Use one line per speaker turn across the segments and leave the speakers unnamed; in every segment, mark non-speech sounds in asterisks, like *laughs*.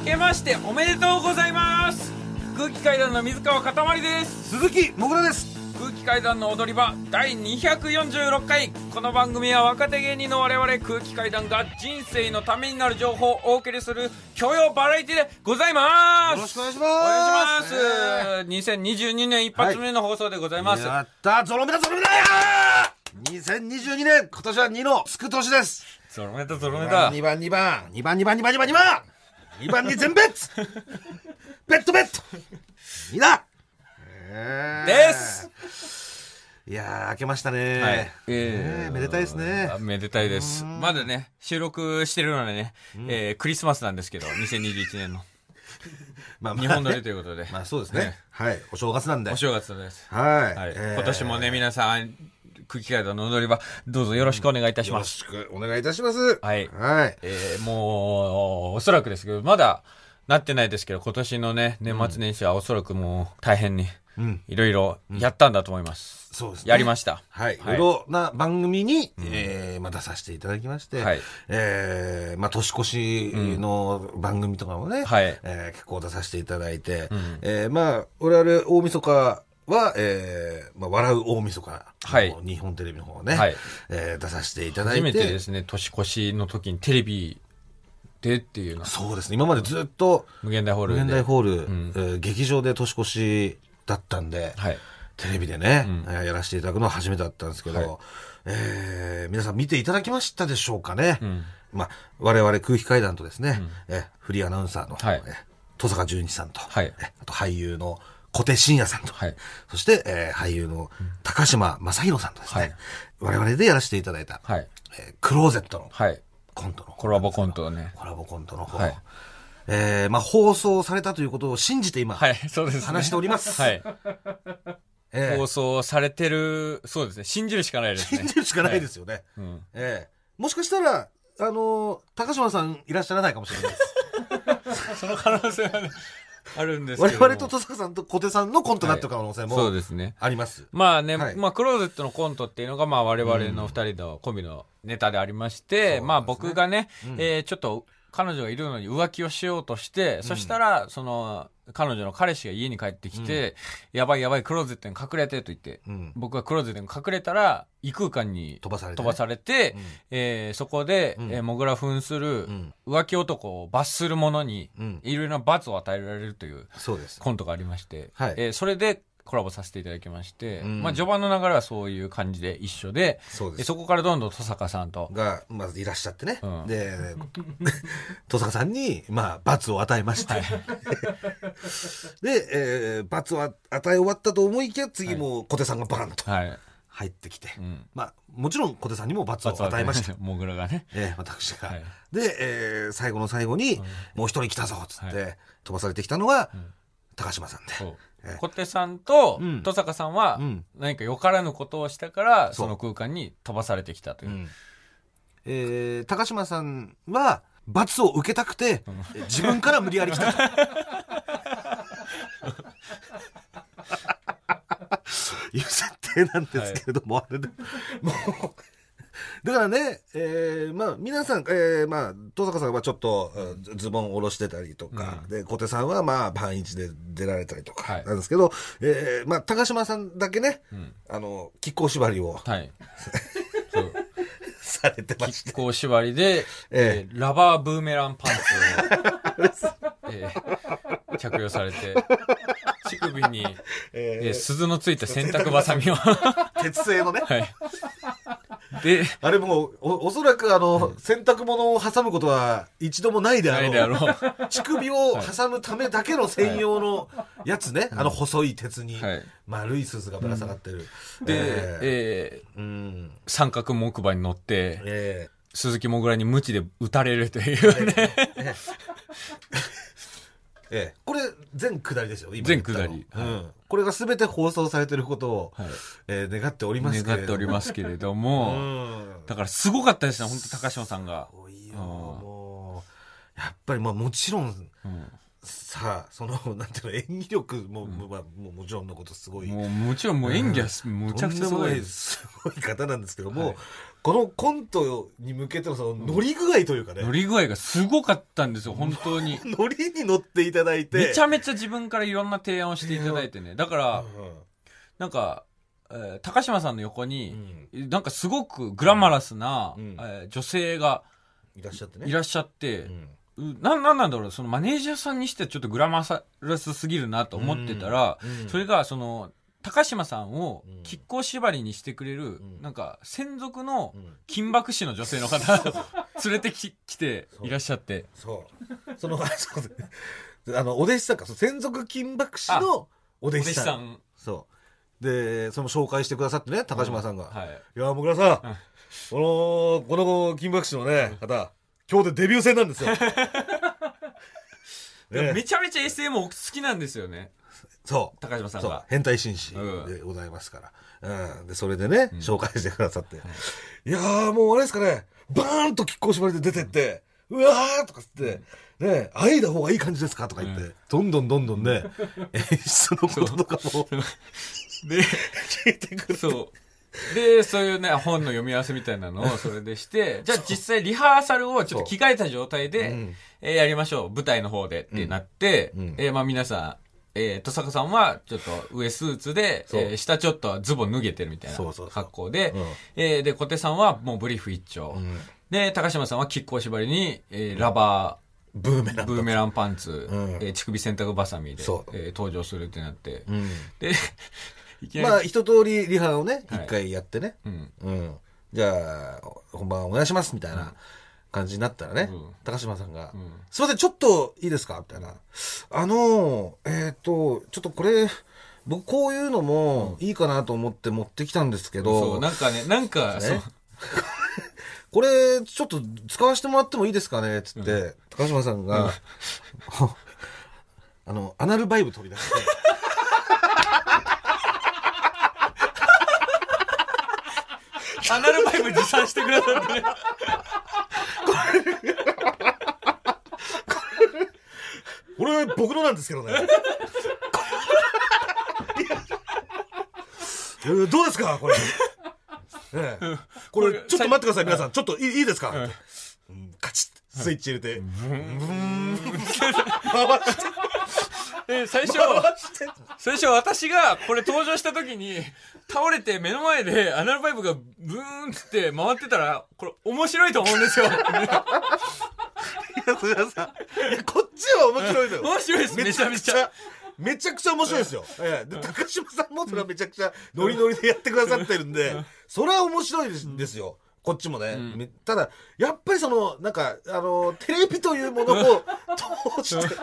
明けましておめでとうございます空気階段の水川かたまりです
鈴木もぐらです
空気階段の踊り場第246回この番組は若手芸人の我々空気階段が人生のためになる情報をお送りする教養バラエティでございます
よろしくお願いし
お願
ま
い
す
します、2022年一発目の放送でございます、
やったゾロ目だゾロ目だよ2022年今年は2のつく年です
ゾロ目だゾロ目だ
2番2番2番2番2番2番2番2番に全
*laughs*
ベッツベッドベッド2だえー
です
いやー明けましたね、
はい
えーめでたいですね
あめでたいですまだね収録してるのでね、えークリスマスなんですけど2021年の
まあまあ
日本撮りということで、
*laughs* まあそうですねはいお正月なんで
お正月です、
はい、
はい
えー
今年もね皆さん空気階段の踊り場どうぞよろしくお願いいたし
よ
ま
ろ
す、
しくお願いいたします
はい
はい
えーもうおそらくですけどまだなってないですけど今年のね年末年始はおそらくもう大変に
うん
いろいろやったんだと思います、
そうですね
やりました
はい、
はい
いろんな番組に、えーまあ、出させていただきまして、
はい
えーまあ、年越しの番組とかもね、
はい
えー結構出させていただいて、えーまあ、我々大晦日は、えーまあ、笑う大晦日の、
はい
日本テレビの方はね、
はい
えー出させていただい
初
て
めてですね年越しの時にテレビでっていうのは
そうですね今までずっと
無限大ホール
無
で
限大ホール、えー劇場で年越しだったんで、
はい
テレビでね、えーやらせていただくのは初めてだったんですけど、えー皆さん見ていただきましたでしょうかね。まあ、我々空気階段とですね、えーフリーアナウンサーの、
はい
えー戸坂淳一さんと、
はい
えーあと俳優の小手伸也さんと、
はい
そして、えー俳優の高島正宏さんとですね、
はい
我々でやらせていただいた、
はい
えークローゼットの
はい
コントの
コラボコントをね
コラボコントの方、
はい
えーまあ、放送されたということを信じて今、
はいそうですね
話しております
はい
えー
放送されてるそうですね信じるしかないですね
信じるしかないですよね。
うん
ええもしかしたら、あのー高島さんいらっしゃらないかもしれない
*laughs*
です。
その可能性はね *laughs* あるんですけ
我
ど
々と戸坂さんと小手さんのコントになってる可能
そ
性
う
も
ですね
あります。
まあね、
はい
まあクローゼットのコントっていうのがまあ我々の二人のコンビのネタでありまして、まあ僕がね、えーちょっと彼女がいるのに浮気をしようとして、そしたらその彼女の彼氏が家に帰ってきて、やばいやばいクローゼットに隠れてと言って、
うん
僕がクローゼットに隠れたら異空間に
飛ばされてね
飛ばされて、えーそこで、
ん
えーモグラ扮する
ん
浮気男を罰する者に、
うん
いろいろな罰を与えられるという
そうです。
コントがありまして、
はい
えーそれでコラボさせていただきまして、
うん
まあ、序盤の流れはそういう感じで一緒で
そうです
えそこからどんどん登坂さんと、
が、まずいらっしゃってね。
うん
で、 *laughs* 戸坂さんに、まあ、罰を与えまして。 *laughs* で、えー罰を与え終わったと思いきや、次もう小手さんがバランと
はい
入ってきて。
ん
まあ、もちろん小手さんにも罰を与えました。
*laughs* モグラがね
ええ私が。
はい
で、えー最後の最後に、もう一人来たぞっつって、飛ばされてきたのが、高島さんで。
そう
ええ
小手さんと
うん
登坂さんは
うん
何かよからぬことをしたから
そ
そ
う
の空間に飛ばされてきたという、
えー高島さんは、罰を受けたくて、自分から無理やり
*laughs*
来たと。いう設定なんですけれども、あれで、もう、だからね、えーまあ、皆さん、えーまあ、登坂さんはちょっと、えーズズボン下ろしてたりとか、で、小手さんは、まあ、パンイチで出られたりと
は
か
い、
なんですけど、えーまあ、高島さんだけね、あの、亀甲縛りを *laughs*
はいそう
されてまして
亀甲縛りで、
え
えーラバーブーメランパンツを、えー着用されて乳首に、えー鈴のついた洗濯バサミを、は
鉄製のね。
い、で
あれもう、お、おそらくあの、洗濯物を挟むことは一度もないであ
ない
ろう。
であろう、は
乳首を挟むためだけの専用のやつね。あの細い鉄に、
い、
丸いスースがぶら下がってる。
で、
えー
えー
うん。
三角木馬に乗って
え
鈴木もぐらに無知で撃たれるというね
ーえーこれ、全下りですよ、今言ったの。
全下り
うん。これが全て放送されてることを、
はい
えー願っておりますけれど
願っておりますけれど
う
も、
ん。
だからすごかったですね本当高島さんが、
多いよ、
うん
もう。やっぱり、まあもちろん、
うん
さあそのなんていうの演技力も、まあ、もうもちろんのことすごい
もうもちろんもう演技はすむちゃくちゃすごい
とんでもな
です
すごい方なんですけども、
はい
このコントに向けてのその乗り具合というかね、
乗り具合がすごかったんですよ本当
*laughs*
に
乗りに乗っていただいて
めちゃめちゃ自分からいろんな提案をしていただいてねだからなんか、えー高島さんの横
うん
に、なんかすごくグラマラスな、
うん
えー女性が
いらっしゃってね
いらっしゃって、
うん
うななんなんだろうそのマネージャーさんにしてはちょっとグラマラスすぎるなと思ってたら、
うん
それがその高島さんを
うん
亀甲縛りにしてくれる、
ん
なんか専属の
うん
金箔師の女性の方 *laughs* 連れてき来ていらっしゃって
そうそのあ *laughs* そうですあのお弟子さんかそう専属金箔師のお弟
お
子
弟子
さん
さん
そうでその紹介してくださってね高島さんが、
はい
いや、もぐらさん、この、この金箔師のね、方、今日でデビュー戦なんで
*laughs*
すよ。ね
めちゃめちゃ SM 好きなんですよね
そう。
高島さん
そう
が。
変態紳士
うん
でございますから。うん。で、それでね、
うん
紹介してくださって。いやー、もうあれですかね、バーンと亀甲縛りで出てって、うわーとか言って、ね、あいだ方がいい感じですかとか言って、
う
どんどんどんどんね、
*laughs*
演出のこととかも
で
聞いてくる。
そうでそういうね本の読み合わせみたいなのをそれでしてじゃあ実際リハーサルをちょっと着替えた状態で、
うん
えーやりましょう舞台の方でってなって、
うんうん
えーまあ皆さん、えー、登坂さんはちょっと上スーツで、
そう
えー下ちょっとズボン脱げてるみたいな
そうそうそう
格好で
うん、
えーで小手さんはもうブリーフ一丁、
うん
で高島さんは亀甲縛りに、えーラバ
ブーメ
ー
ラン
ブーメランパンツ、
うん
えー乳首洗濯バサミで、え
そう
ー登場するってなって、
うん
で *laughs* いきなり、
まあ、一通りリハをね、
はい
一回やってね。
うん、
うん、じゃあ本番お願いしますみたいな感じになったらね、
うん
高島さんが、
ん
すいませんちょっといいですか?」みたいな「あのえっ、とちょっとこれ僕こういうのもいいかなと思って持ってきたんですけ
そ
ど、
うなんかねなんか
ね
そう
*laughs* これちょっと使わせてもらってもいいですかね?」っつって、高島さんが、 *laughs* あのアナルバイブ取り出して。
アナルバイブ持参してくださってね
これ僕のなんですけどね。い *laughs* やえーどうですかこれ。ええこれちょっと待ってください皆さんちょっといいいいですか、うんカチッスイッチ入れて、 *laughs*
で最初
回して
最初私がこれ登場した時に倒れて目の前でアナルバイブがブーンって回ってたらこれ面白いと思うんですよ
いやそれはさいやこっちは *laughs* 面白いのよ
面白いですめちゃめちゃ
めちゃくちゃ面白いですよ、ええで高島さんもそれはめちゃくちゃノリノリでやってくださってるんで、それは面白いですですよこっちもね、
ん
めただやっぱりそのなんかあのテレビというものを通して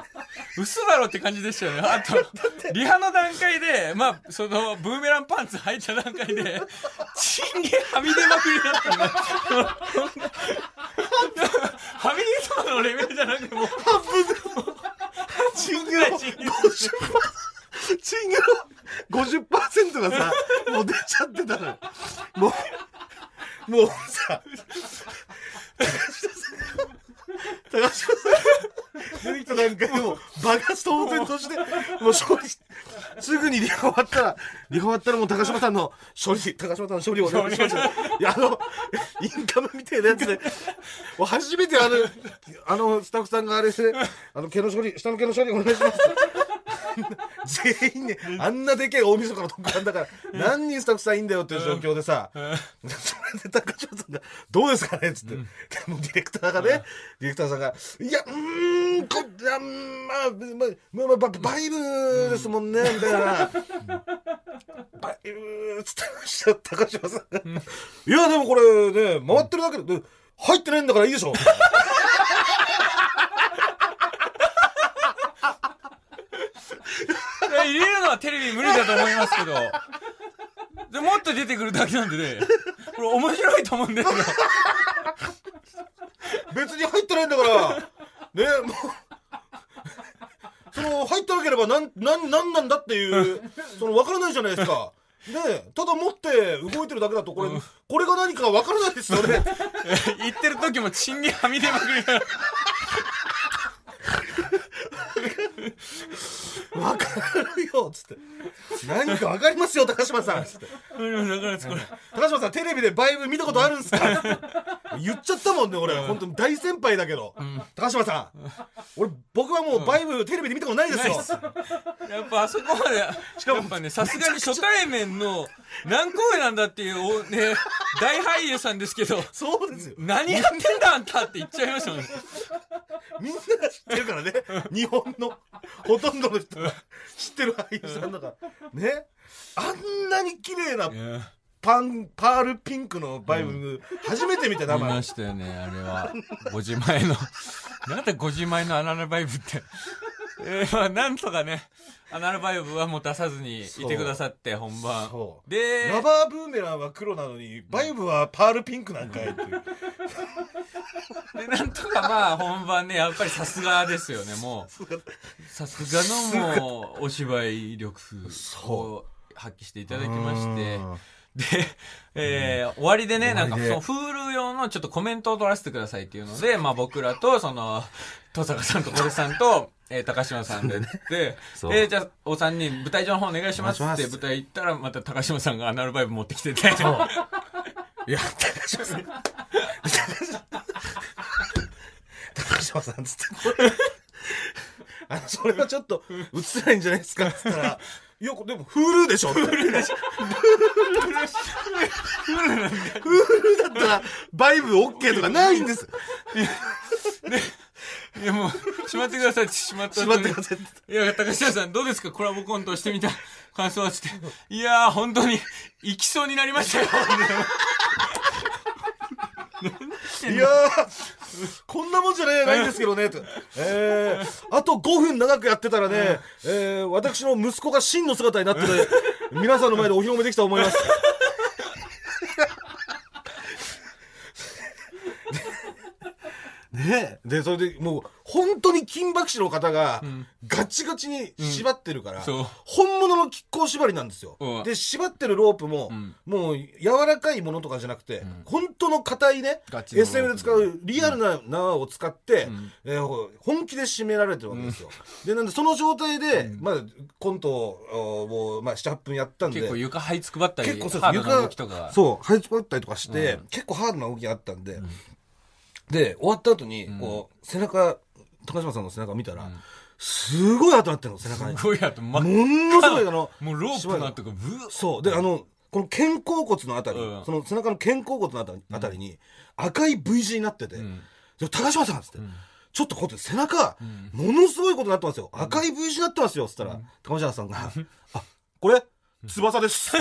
嘘だろって感じでしたよねあとリハの段階でまあそのブーメランパンツ履いた段階でチンゲはみ出まくりだったんだはみ出そうのレベルじゃなくてもう
半分で *laughs* チンゲロ50%チンゲロ50%がさもう出ちゃってたのよもうもうさ高島さん高島さん出てきた段階でもう爆発と当然としてもう勝利すぐにリハ終わったらリハ終わったらもう高島さんの勝利高島さんの勝利をお願いしますいやあのインカムみたいなやつでもう初めてあのあのスタッフさんがあれで、あの毛の処理下の毛の処理お願いします全員ね、あんなでけえ大晦日の特番だから、何人スタッフさんいんだよっていう状況でさ、それで高島さんが、どうですかねっつって、でもディレクターがね、ディレクターさんが、いや、うーん、こいやうんまあ、まあ、まあまあ、ババイブですもんね、みたいな。バイブっつってました、高島さんが。いや、でもこれね、回ってるだけで、入ってないんだからいいでしょ。
い *laughs* や入れるのはテレビ無理だと思いますけど。でもっと出てくるだけなんでね。これ面白いと思うんですよ。
別に入ってないんだからねもうその入ってなければなんなんなんなんだっていうその分からないじゃないですか。ねえただ持って動いてるだけだとこれ、これが何か分からないですよね。
言って *laughs* る時もチンゲはみ出まくりながら
わかるよっつって何かわかりますよ高島さんっつって高島さんテレビでバイブ見たことあるんすかって言っちゃったもんね俺本当に大先輩だけど、高島さん俺僕はもうバイブテレビで見たことないですよ、
やっぱあそこまで、しかもやっぱね、さすがに初対面の何公演なんだっていう、おね、大俳優さんですけど、
そうですよ
何やってんだあんたって言っちゃいましたもんね。
みんなが知ってるからね日本のほとんどの人が知ってる俳優さんだからねあんなに綺麗なパンパールピンクのバイブ、初めて見た
見
生
ましたよね、あれは。5時前の。なんだ5時前のアナルバイブって。 *laughs* えーまあ、なんとかね、アナルバイブはもう出さずにいてくださって、本番
そ。う
で、
ラバーブーメランは黒なのにバイブはパールピンクなんかいっていう
で、なんとかまあ本番ね、やっぱりさすがですよね、もう。さすがのもう、お芝居力を
そ
発揮していただきまして。で、えー終わりでね、なんか、そ
終わ
の、
りで
Hulu 用のちょっとコメントを取らせてくださいっていうので、まあ僕らと、その、登坂さんと小出さんと、えー高島さんで行って、
そう
で、じゃあ、お三人、舞台上の方お願いします
お願
っ、
いしてます
舞台行ったら、また高島さんがアナルバイブ持ってきてて、
いや高島さん高島さんつってこれあのそれはちょっと映せないんじゃないですかっつったら「いやでも Hulu でしょ」って Hulu でしょ Hulu だったらバイブ OK とかないんです
*laughs* いやもう、しまってくださいって、しまった
し
後
まっ
に
てくださいって
いや、高島さん、どうですかコラボコントしてみた感想はつって。いやー、本当に、行きそうになりましたよ。
いやー、こんなもんじゃねないんですけどね、と。えー、あと5分長くやってたらね、えー、私の息子が真の姿になってて、皆さんの前でお披露目できたと思います。ねえ。で、それで、もう、本当に金箔師の方が、ガチガチに縛ってるから、
そう
本物の亀甲縛りなんですよ
う。ん
で、縛ってるロープも、
ん
もう、柔らかいものとかじゃなくて、本当の硬いね、
ガチのロープ
SM で使うリアルな縄を使って、えーほ本気で締められてるわけですよ。で、なんで、その状態で、まあ、コントを、おーまあ、7、8分やったんで。
結構床這いつくばったり、
結構そう
ハー
で
ド
す
な動きとか。
そう、ハイスパったりとかして、結構ハードな動きがあったんで、で、終わった後に、こう、背中、高島さんの背中見たら、すごい跡なってるの、背中に。
すごいやと、ま、
も
も
のすごい、
*laughs*
あの、
うロープのとか、ブー
そう。で、あの、この肩甲骨のあたり、
うん
その背中の肩甲骨のあたりあたりに、赤い V 字になってて、
ん
で高島さんっつって、ちょっとこうやって背中、ものすごいことになってますよ。赤い V 字になってますよ。っつったら、高島さんが、あ、これ、翼です。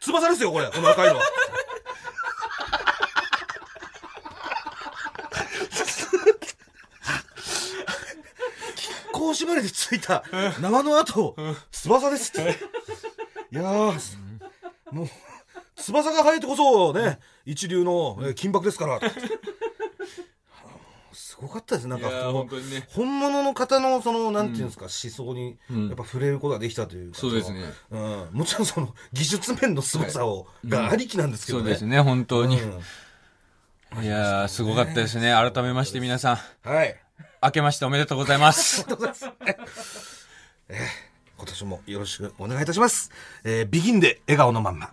翼ですよ、これ、この赤いのは。 *laughs* こう縛りでついた縄の跡を翼ですって。
*laughs*
いやー、もう、翼が生えてこそね、一流のえー金箔ですから。あ *laughs* のすごかったですね、なん
い
か
やー、
こ
本
の
当にね。
本物の方の、その、なんていうんですか、思想に、やっぱ触れることができたというか、
そうですね。
その。うん、もちろんその、技術面の凄さを、がありきなんですけ
そ
ど
う
ね。
ですね、本当に。
うん
いやー、すごかったですね。改めまして皆さん、
はい。
明けましておめでとうございます。
今年もよろしくお願いいたします。えー、ビギンで笑顔のまんま。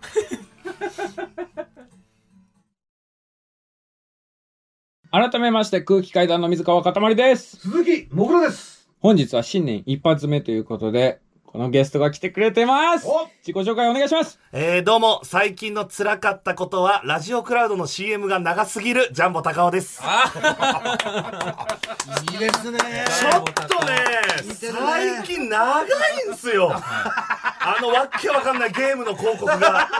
*laughs* 改めまして空気階段の水川かたまりです。
鈴木もぐらです。
本日は新年一発目ということで、このゲストが来てくれてます
お
自己紹介お願いします
えー、どうも、最近の辛かったことは、ラジオクラウドの CM が長すぎる、ジャンボ高尾です。ち
いいですね。
ょっとね、
似てるね
最近長いんですよ。あの、わっけわかんないゲームの広告が。
*laughs*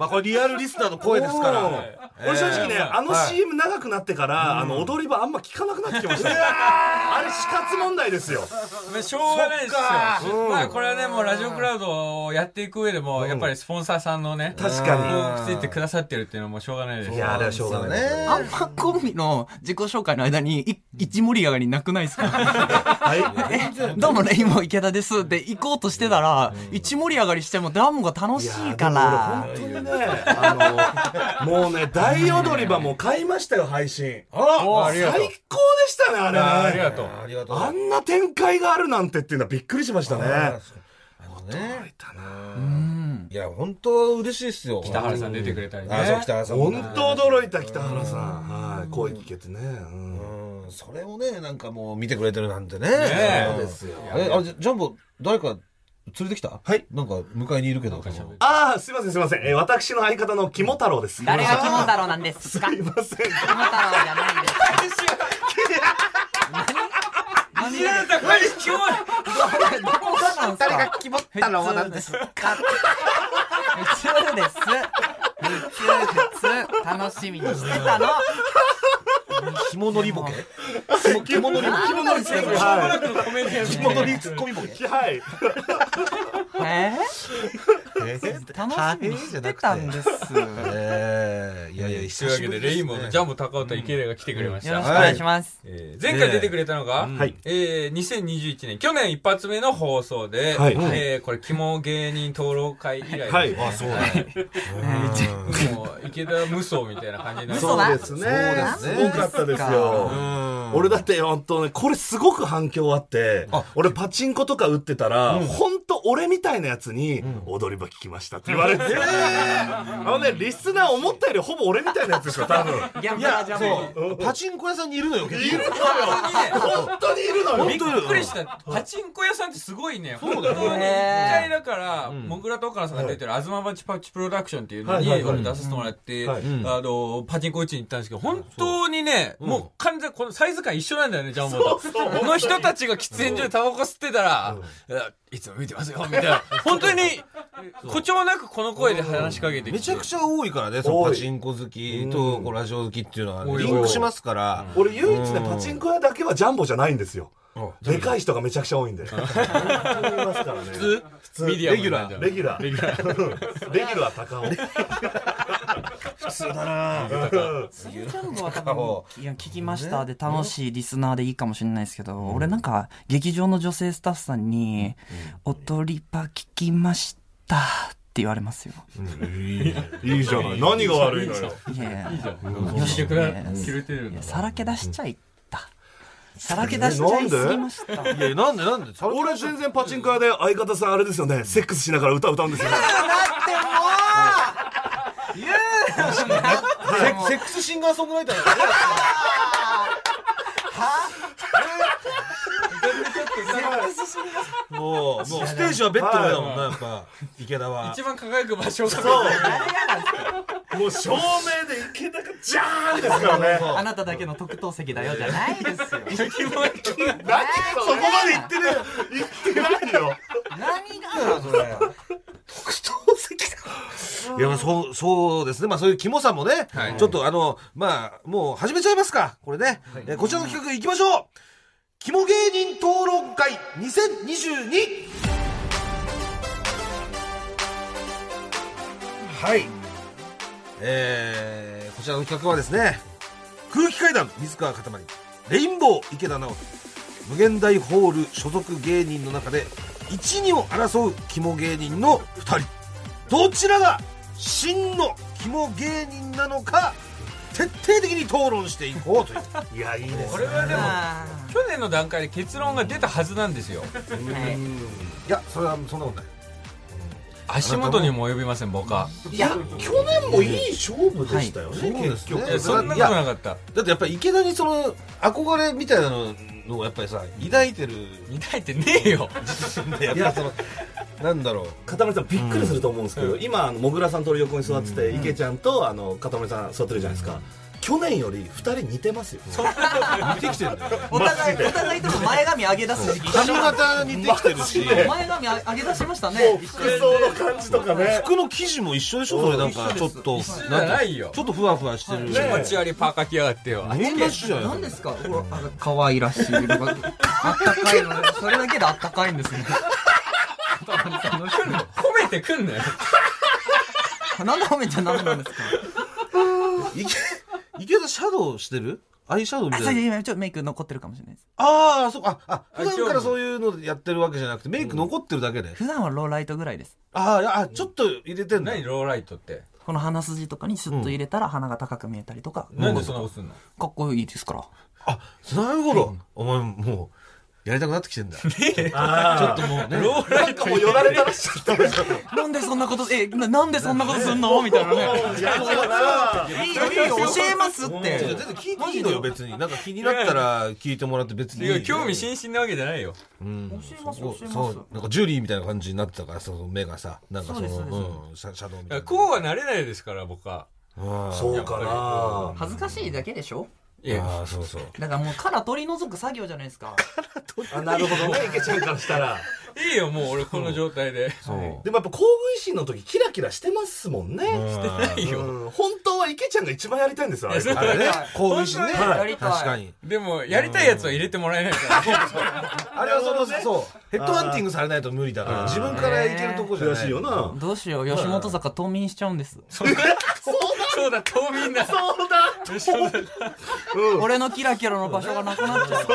まあこれリアルリスナーの声ですか
うん
ら。
俺正直ね、あの CM 長くなってから、あの、踊り場あんま聞かなくなってきましたね。あれ死活問題ですよ。
しょうがないですよ。まあ、これはね、もうラジオクラウドをやっていく上でも、やっぱりスポンサーさんのね、
確か
ついてくださってるっていうのはもうしょうがないです
に。いや、あれはしょうがない。
ね。
アンパンコンビの自己紹介の間にい一盛り上がりなくないですか
はい。
えどうもレインボー池田ですで行こうとしてたら一盛り上がりしてもダムが楽しいから
いやでも俺本当にねね、あの、もうね、大踊り場も買いましたよ、配信。
あありが
最
とう
高でしたね、あれね。
あありがとう
ありがとう。
あんな展開があるなんてっていうのはびっくりしましたね。
あのね。
うん。
いや、本当嬉しいっすよ。
北原さん出てくれたりね
あ、そう、北原さんも
本
ね。
当驚いた北原さん。はい、声聞けてね。うん
うんそれをね、なんかもう見てくれてるなんてね。
え
ん
そうですよ
え、あれ、ジャンボ、誰か連れてきた
はい。
なんか、迎えにいるけど。その
ああ、すいません、すいません。えー私の相方の肝太郎です。
誰が
す
肝太郎なんですか
い
肝
ません。
太郎じ
*laughs*
ゃないです。
いじられた声聞こ
誰が肝太郎なんですか普通です。普通です。楽しみにしてたの。
紐乗りボケ紐紐乗りボケ
肝太郎ですね。は
えないコメディアンみたいな
紐乗りツッコミボケ
い。はい。
え
え
ー、楽しみにしてたんです。 *laughs*
えーいやいや、
とい
久
うわ
し
け
ぶり
で、
です
レ
ね
インボーのジャンボ高畑池田が来てくれまし
よろしくお
た。
願いします。
えー前回出てくれたのが、
はい
えー、2021年、去年一発目の放送で、
はい
えー、これ、肝芸人討論会以来です、
はい。
あ、そうだね。
もう、池田無双みたいな感じになって
嘘だ
そうですね。
そうですね
すごかったですよ。俺だって本当ね、これすごく反響あって、俺パチンコとか打ってたら、本当俺みたいなやつに、踊り場聞きましたって言われて、あのね、リスナー思ったよりほぼ俺みたいなやつでしょ、多分。
ギャンブラージャンボ。
うんパチンコ屋さんにいるのよ、結
いるのよ
構。
本当にいるのよ
びっくりした。パチンコ屋さんってすごいね。本当に、一回だから、もぐらと岡野さんが出てる、あずまばちパチプロダクションっていうのに、
はいはいはい
俺出させてもらって、
はい
あの、パチンコ打ちに行ったんですけど、本当にね、もう完全、このサイズ感一緒なんだよね、ジャンボと。この人たちが喫煙所でタバコ吸ってたら、あいつも見てますよ、みたい *laughs* な。本当に、誇張なくこの声で話しかけてきて。
めちゃくちゃ多いからね、その
多い
パチンコ好きとこうラジオ好きっていうのはね
多い
リンクしますから。
俺唯一ね、パチンコ屋だけはジャンボじゃないんですよ。でかい人がめちゃくちゃ多いんで。本当にいますからね。
普通ミディアムになっちゃう
レギュラー。レギュラー。レギュラー高尾。
スギジャンボは多分、いや、聞きましたで楽しいリスナーでいいかもしれないですけど、俺なんか、劇場の女性スタッフさんに、踊り場聞きましたって言われますよ。
いいじゃない。何が悪いのよ。
いやいや。
よしてくれ、くれてるん
い
だ
や。さらけ出しちゃいった。さらけ出しちゃいすぎました。
いや、なんでなんで
俺全然パチンコ屋で相方さんあれですよね。セックスしながら歌歌うんですよね。
セセックスシンガーソングライターだ
*laughs*
よね。もう、もうステージはベッドの上だもんな、やっぱ、池田は
一。番輝く場所が。
もう照明で池田がジャーンですからね。
あなただけの特等席だよじゃないですよ。
何そこまで言ってね言ってないよ。
*laughs* 何が
いや、まあそう、そうですね。まあ、そういうキモさもね、
はい
ちょっとあの、まあ、もう始めちゃいますか。これね。えこちらの企画行きましょうキモ芸人討論会 2022! はい。えー、こちらの企画はですね、空気階段、水川かたまり、レインボー、池田直人、無限大ホール所属芸人の中で、1、2を争うキモ芸人の2人。どちらが真の肝芸人なのか徹底的に討論していこう *laughs* という
いや、いいです
こ
ね
れ。はでも、
あ
*laughs* 去年の段階で結論が出たはずなんですよ
ーはい
いやそれはそんなことない
足元にも及びません僕はい
や、去年もいい勝負でしたよね、結
そう
局。
ですね
そんなことなかった
だってやっぱり池田にその憧れみたいなのをやっぱりさ抱いてる
抱いてねえよ
やっぱりそのなんだろう
片森さんびっくりすると思うんですけど、今あのもぐらさんと俺横に座ってて、池ちゃんとあの片森さん座ってるじゃないですか、去年より2人似てますよ、
似てきてるんだよね
お互い、お互いとも前髪上げ出す時期一
髪
緒。
型似てきてるし
前髪上げ出しましたね。
服装の感じとかね
服の生地も一緒でしょそれなんかちょっと
緒じ
な
ゃ
んか
ないよ
ちょっとふわふわしてる
気持ち悪いパーカー着やがってよ
同じじゃん
何ですかほら、あ可愛らしい。あったかいの。それだけであったかいんですね。
褒めてくんなよ
なんで褒めちゃダメなんですか
池池田シャドウしてるアイシャドウみ
あ、
たい
そ
な
れで今ちょっとメイク残ってるかもしれないです。
ああ、そうか。あ、
あ
普段か
興
ら
味
そういうのやってるわけじゃなくて、メイク残ってるだけで。
普段はローライトぐらいです。
あーあ、ちょっと入れてんだ。
何ローライトって
この鼻筋とかにスッと入れたら鼻が高く見えたりとか、
なんでそんなことすんの
かっこいいですから。
なるほど。お前もう、やりたくなってきて
*laughs*
んだ。
あ
ちょっともうね。
なんかもうよられたらしちゃった。
なんでそんなこと、え、ななんでそんなことすんのみたいなね。いいよ、いいよ、教えますっ
いや全
て。
然聞いていいのよ、別に。なんか気になったら聞いてもらって別に
い
いいよ。
や興味津々なわけじゃないよ
うん
教えます
そう
教えます
そうなんかジュリーみたいな感じになってたから、その目がさ、なんかその、
そうですそうです
うんシャシャドウみ
い
たい
や
な。
こうはなれないですから僕は
うん
そうかな。
恥ずかしいだけでしょ
いや
ああ、そうそう。
だからもう殻取り除く作業じゃないですか。
あなるほどね、池ちゃんからしたら。
いいよもう俺この状態で
そう。
でもやっぱ、工具維新の時、キラキラしてますもんね。
してない
いよ
うん本当は池ちゃんが一番やりたいんですよ、あれ。
あれね、興奮しね。
本当にやりたい
確かに。
でもやりたいやつは入れてもらえないから
あれはその、そう。ヘッドハンティングされないと無理だから、自分からいけるとこじゃない。
悔しいよな。
どうしよう、吉本坂冬眠しちゃうんです。
そうだ冬眠だ
そうだ
俺のキラキラの場所がなくなっちゃう。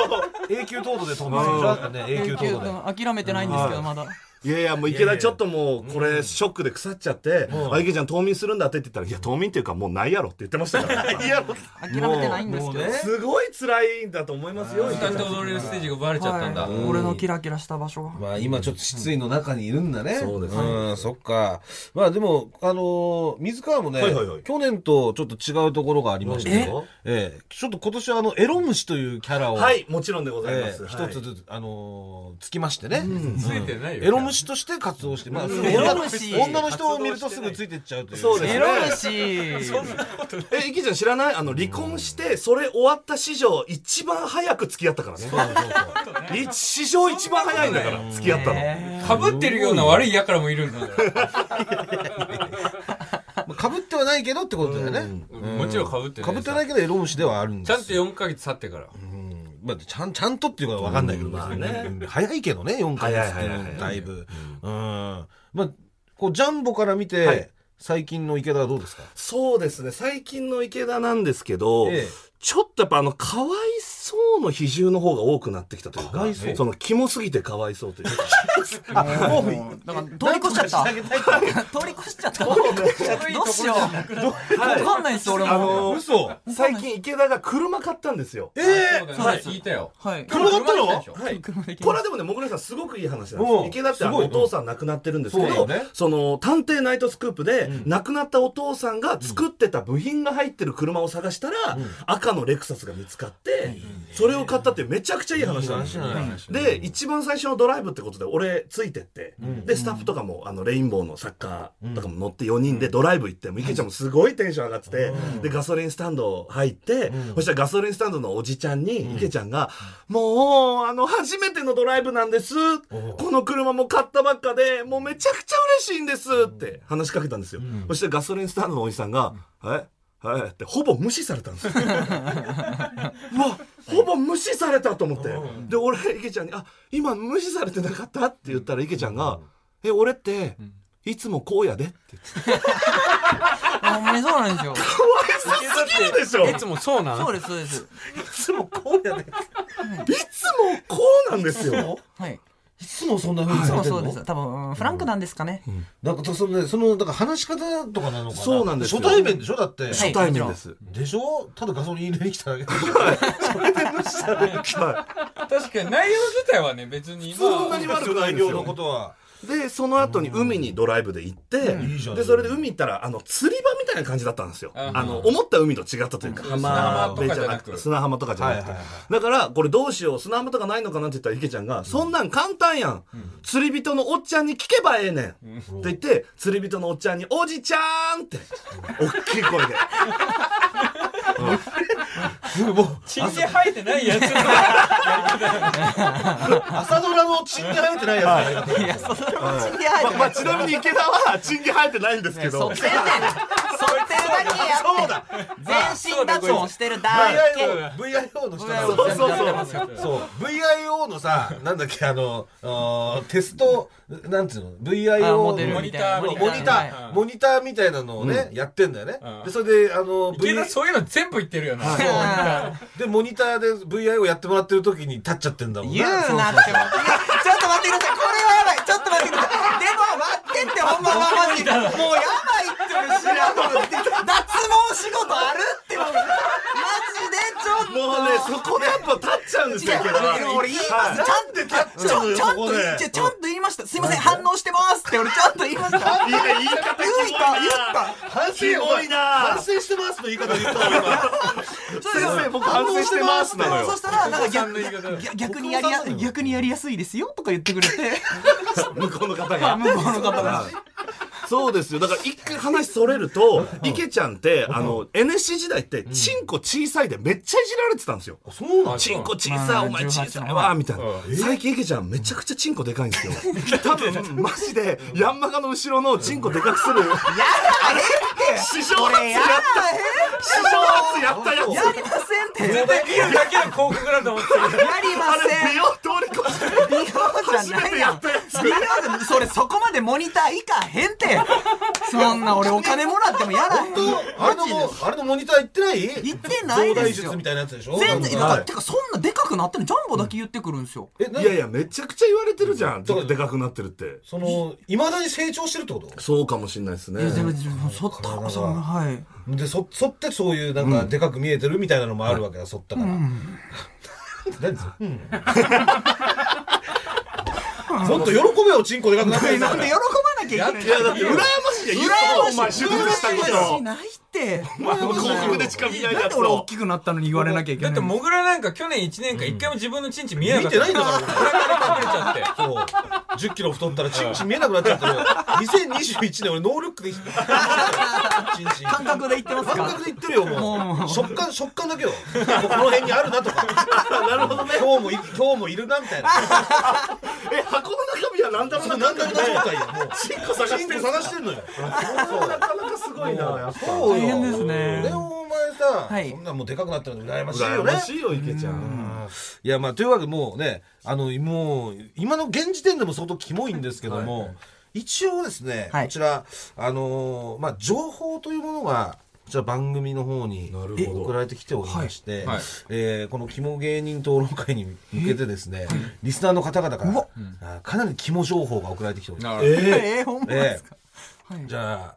永久凍土で飛ぶ選手だったね、永久凍土で。
諦めてないんですけど、まだ。
いやいや、もう池田ちょっともう、これ、ショックで腐っちゃって、あ、池ちゃん冬眠するんだってって言ったら、いや、冬眠っていうかもうないやろって言ってましたから。 *laughs* いやろ
諦めてないんですけど。
すごい辛いんだと思いますよ、池
歌
田
って
ちゃん。
踊れるステージがバレちゃったんだ、
はい俺のキラキラした場所が。
まあ今ちょっと失意の中にいるんだね。
そうですね
うん、そっか。まあでも、あのー水川もね、
はいはいはい
去年とちょっと違うところがありまして
え
よ、ええちょっと今年はあの、エロ虫というキャラを、
はい、もちろんでございま
ええ
す。
一、つ
はい。
ずつ、あのーつきましてね。
ついてないよ
エロ虫として活動して、まあ、
エ
女
ロ
の
虫
女の人を見るとすぐついてっちゃうという。
そうです
エロ虫
え、池ちゃん知らないあの、離婚して、それ終わった史上、一番早く付き合ったからね。い史上一番早いんだから、付き合ったの。
かぶってるような悪いやからもいるんだか
まあ、被ってはないけどってことだよね。
らもちろんかぶって
被ってないけどエロ虫ではあるんで
ちゃん
す
と4ヶ月経ってから
うんまあ、ちゃん、ちゃんとっていうかわかんないけど、
うんまあ
別に
ね
うん早いけどね、4ヶ月っていうの
早い早い早い
だいぶ。うん。まあ、こう、ジャンボから見て、
はい
最近の池田はどうですか
そうですね。最近の池田なんですけど、
ええ
ちょっとやっぱあの、かわいそうの比重の方が多くなってきたというか、
かわいそう
の、キモすぎてかわいそう
*laughs*
というか。
もう、だから、通り越しちゃった。通り越しちゃった。どうしよう。
はい
わかんないです、俺
あ
も。
の
嘘
最近池田が車買ったんですよ。
そう
そう
だ
で
ね
す
聞いたよ
はい。
車買った
買
の
ったでしょ
はい。
車で行き
こ
ま
れは
す
でもね、もぐらさんすごくいい話なん
お
で
う
す。池田ってあの
すごい
お父さん亡くなってるんですけ
そ
ど、
うだよね
その、探偵ナイトスクープで、亡くなったお父さんが作ってた部品が入ってる車を探したら、赤のレクサスが見つかって、それを買ったっていうめちゃくちゃいい話なんですよ。で、一番最初のドライブってことで俺ついてって、で、スタッフとかも、あの、レインボーのサッカーとかも乗って4人でドライブ行って、もう池ちゃんもすごいテンション上がってて、で、ガソリンスタンド入って、そしたらガソリンスタンドのおじちゃんに、池ちゃんが、もう、あの、初めてのドライブなんです。この車も買ったばっかで、もうめちゃくちゃ嬉しいんですって話しかけたんですよ。そしたらガソリンスタンドのおじさんが、えはいって、ほぼ無視された *laughs* んですよ。うわほぼ無視されたと思って、で俺池ちゃんに「あ今無視されてなかった?」って言ったら池ちゃんが「え俺っていつもこうやで」って言って
あほんまにそうなんですよ。
すぎるでしょい
いつもそうな
そ
の
うです、そうです。
つもこうやでいつもこうなんですよ
はい。
いつもそんな風
い
に
つ
され
も
てる
そう
の
です。多分、うんフランクなんですかね。
なんか、そのね、その、だから話し方とかなのかな
そうなんですよ
初対面でしょだって。
は
初
い
対面です
でしょただガソリン入れに来た
*laughs*
だけ。
は
確かに内容自体はね別に
いそん
*laughs*
なに悪くないんです
のこ
よ
とは。
でその後に海にドライブで行って
いいじゃん
でそれで海行ったらあの釣り場みたいな感じだったんですよ
うん
あの思った海と違ったというか
浜
辺じゃなくて砂浜とかじゃなくて
はいはい
だから、これどうしよう、砂浜とかないのかなって言ったら、池ちゃんが、そんなん簡単やん。釣り人のおっちゃんに聞けばええねん。って言って、釣り人のおっちゃんに、おじちゃーんって、おっきい声 *laughs* で。
チンゲ生えてないやつ
朝ドラのチンが入ってないやつだね。
いや、そんな口に
ま
入
あ
る
まあ、ちなみに池田は、チンゲ生えてないんですけ
そ
ど
っ。ちやねん。そっちだけやって。全身脱毛してるだけ。
VIO の人だ
そうそうそう。
そう VIO のさなんだっけあのあーテストなんつうの VIO
あ
の
モデルみたい
モ
な。
ニ
モニタ
はい
ー、モニターみたいなのをね、やってんだよね。
うん
で、それで、あの、
*laughs* 池
V
田、そういうの全部言ってるよな
で、モニターで VI をやってもらってる時に立っちゃってんだもん
言うなって
そう
もいやちょっと待ってくださいこれはやばいちょっと待ってくださいでも待ってってほんまはマジでもうやばいって毛仕事あるってマジでちょっと
もうね、そこでやっぱ立っちゃうんですよ、池田は
俺言い
は
ます。ちゃんと、ちゃんと、ちゃんと言い、ちゃんと言いました。すいません、反応してますって俺ちゃんと言いました。
いや、言い方
言うた、言った。
反省多いな反省してますの言い方言った
そうですね、僕
反省してますなのよ
そしたら、なんか逆逆にやりや、逆にやりやすいですよとか言ってくれて、
向こうの方が
向こうの方が。
そうですよだから一回話それると池ちゃんってあの NSC 時代ってチンコ小さいでめっちゃいじられてたんですよ
そうなん
チンコ小
ま
さ
あ
いお前小さい
18
わみたいな最近池ちゃんめちゃくちゃチンコでかいんですよ多分マジでヤンマガの後ろのチンコでかくする
やだ、えって。
師匠
俺
圧
や
や
だ、
師匠圧やったやつ
えやりませんって。
絶対見るだけの広告だと思ってる
やりま
あれ
せん
美。容通り越して
美容じゃないやん。美容それそこまでモニターいかへんって。そんな俺お金もらってもやだ。
あれのもあれのモニター行ってない行
言ってないですよ
術み。たいなやつでしょ
全然、だ
は
か
い
ら、てかそんなでかくなってるジャンボだけ言ってくるんですよ。
えない
やいや、めちゃくちゃ言われてるじゃん。ちょっとでかくなってるって。
そのいまだに成長してるってこと
そうかもしんないですね
いや、。でも、そった
体が
そんなはい。
でそそってそういうなんかでかく見えてるみたいなのもあるわけだそったから、 *laughs* 何それ、 *laughs* もっと喜べよチンコでかくなってるんだ
な
か
ん
ら
で喜ばなきゃいけない
いや、だって羨ましいやん。
羨ましい
お前、手術したこと。
ないって。
あの広告でしか見ない
な
や
んで
つ
俺大
を。
きくなったのに言われなきゃいけ
だ
ない
ってモグラなんか去年1年間一回も自分のチンチ見えなか
見
った
てないんだから
から隠れちゃって
そう1 0キロ太ったらチンチン見えなくなっちゃってる2021年俺ノールックで *laughs* チンチン
感覚で言ってます
感
か
覚で言ってるよもう
もうもう
食感食感だけよもうこの辺にあるなとかなるほどね今日もい今日もいるなみたいな
え、箱の中身は何だろう
そ
な、
んな
何
んだ
だろ
か
う
な状
な。
態よもう
チンコ探
チ
し
ン
て
コ
る。
探してんのよ
なかなかすごいな、やっぱ。
そうよ
大変ですね
でもお前さ、
はい
そんなもうでかくなったの羨ましい
羨
よ
ま
ね
しいよ、池ちゃん。
いやまあというわけでもうねあのもう今の現時点でも相当キモいんですけども、一応ですね、
はい
こちらあのーまあ情報というものがこちら番組の方に
るほど
送られてきておりまして、
はいはい
えーこのキモ芸人討論会に向けてですね、リスナーの方々から、あーかなりキモ情報が送られてきております。
なるほど
ええ。
えー、ほんまで
え
すか。
え
はい
じゃあ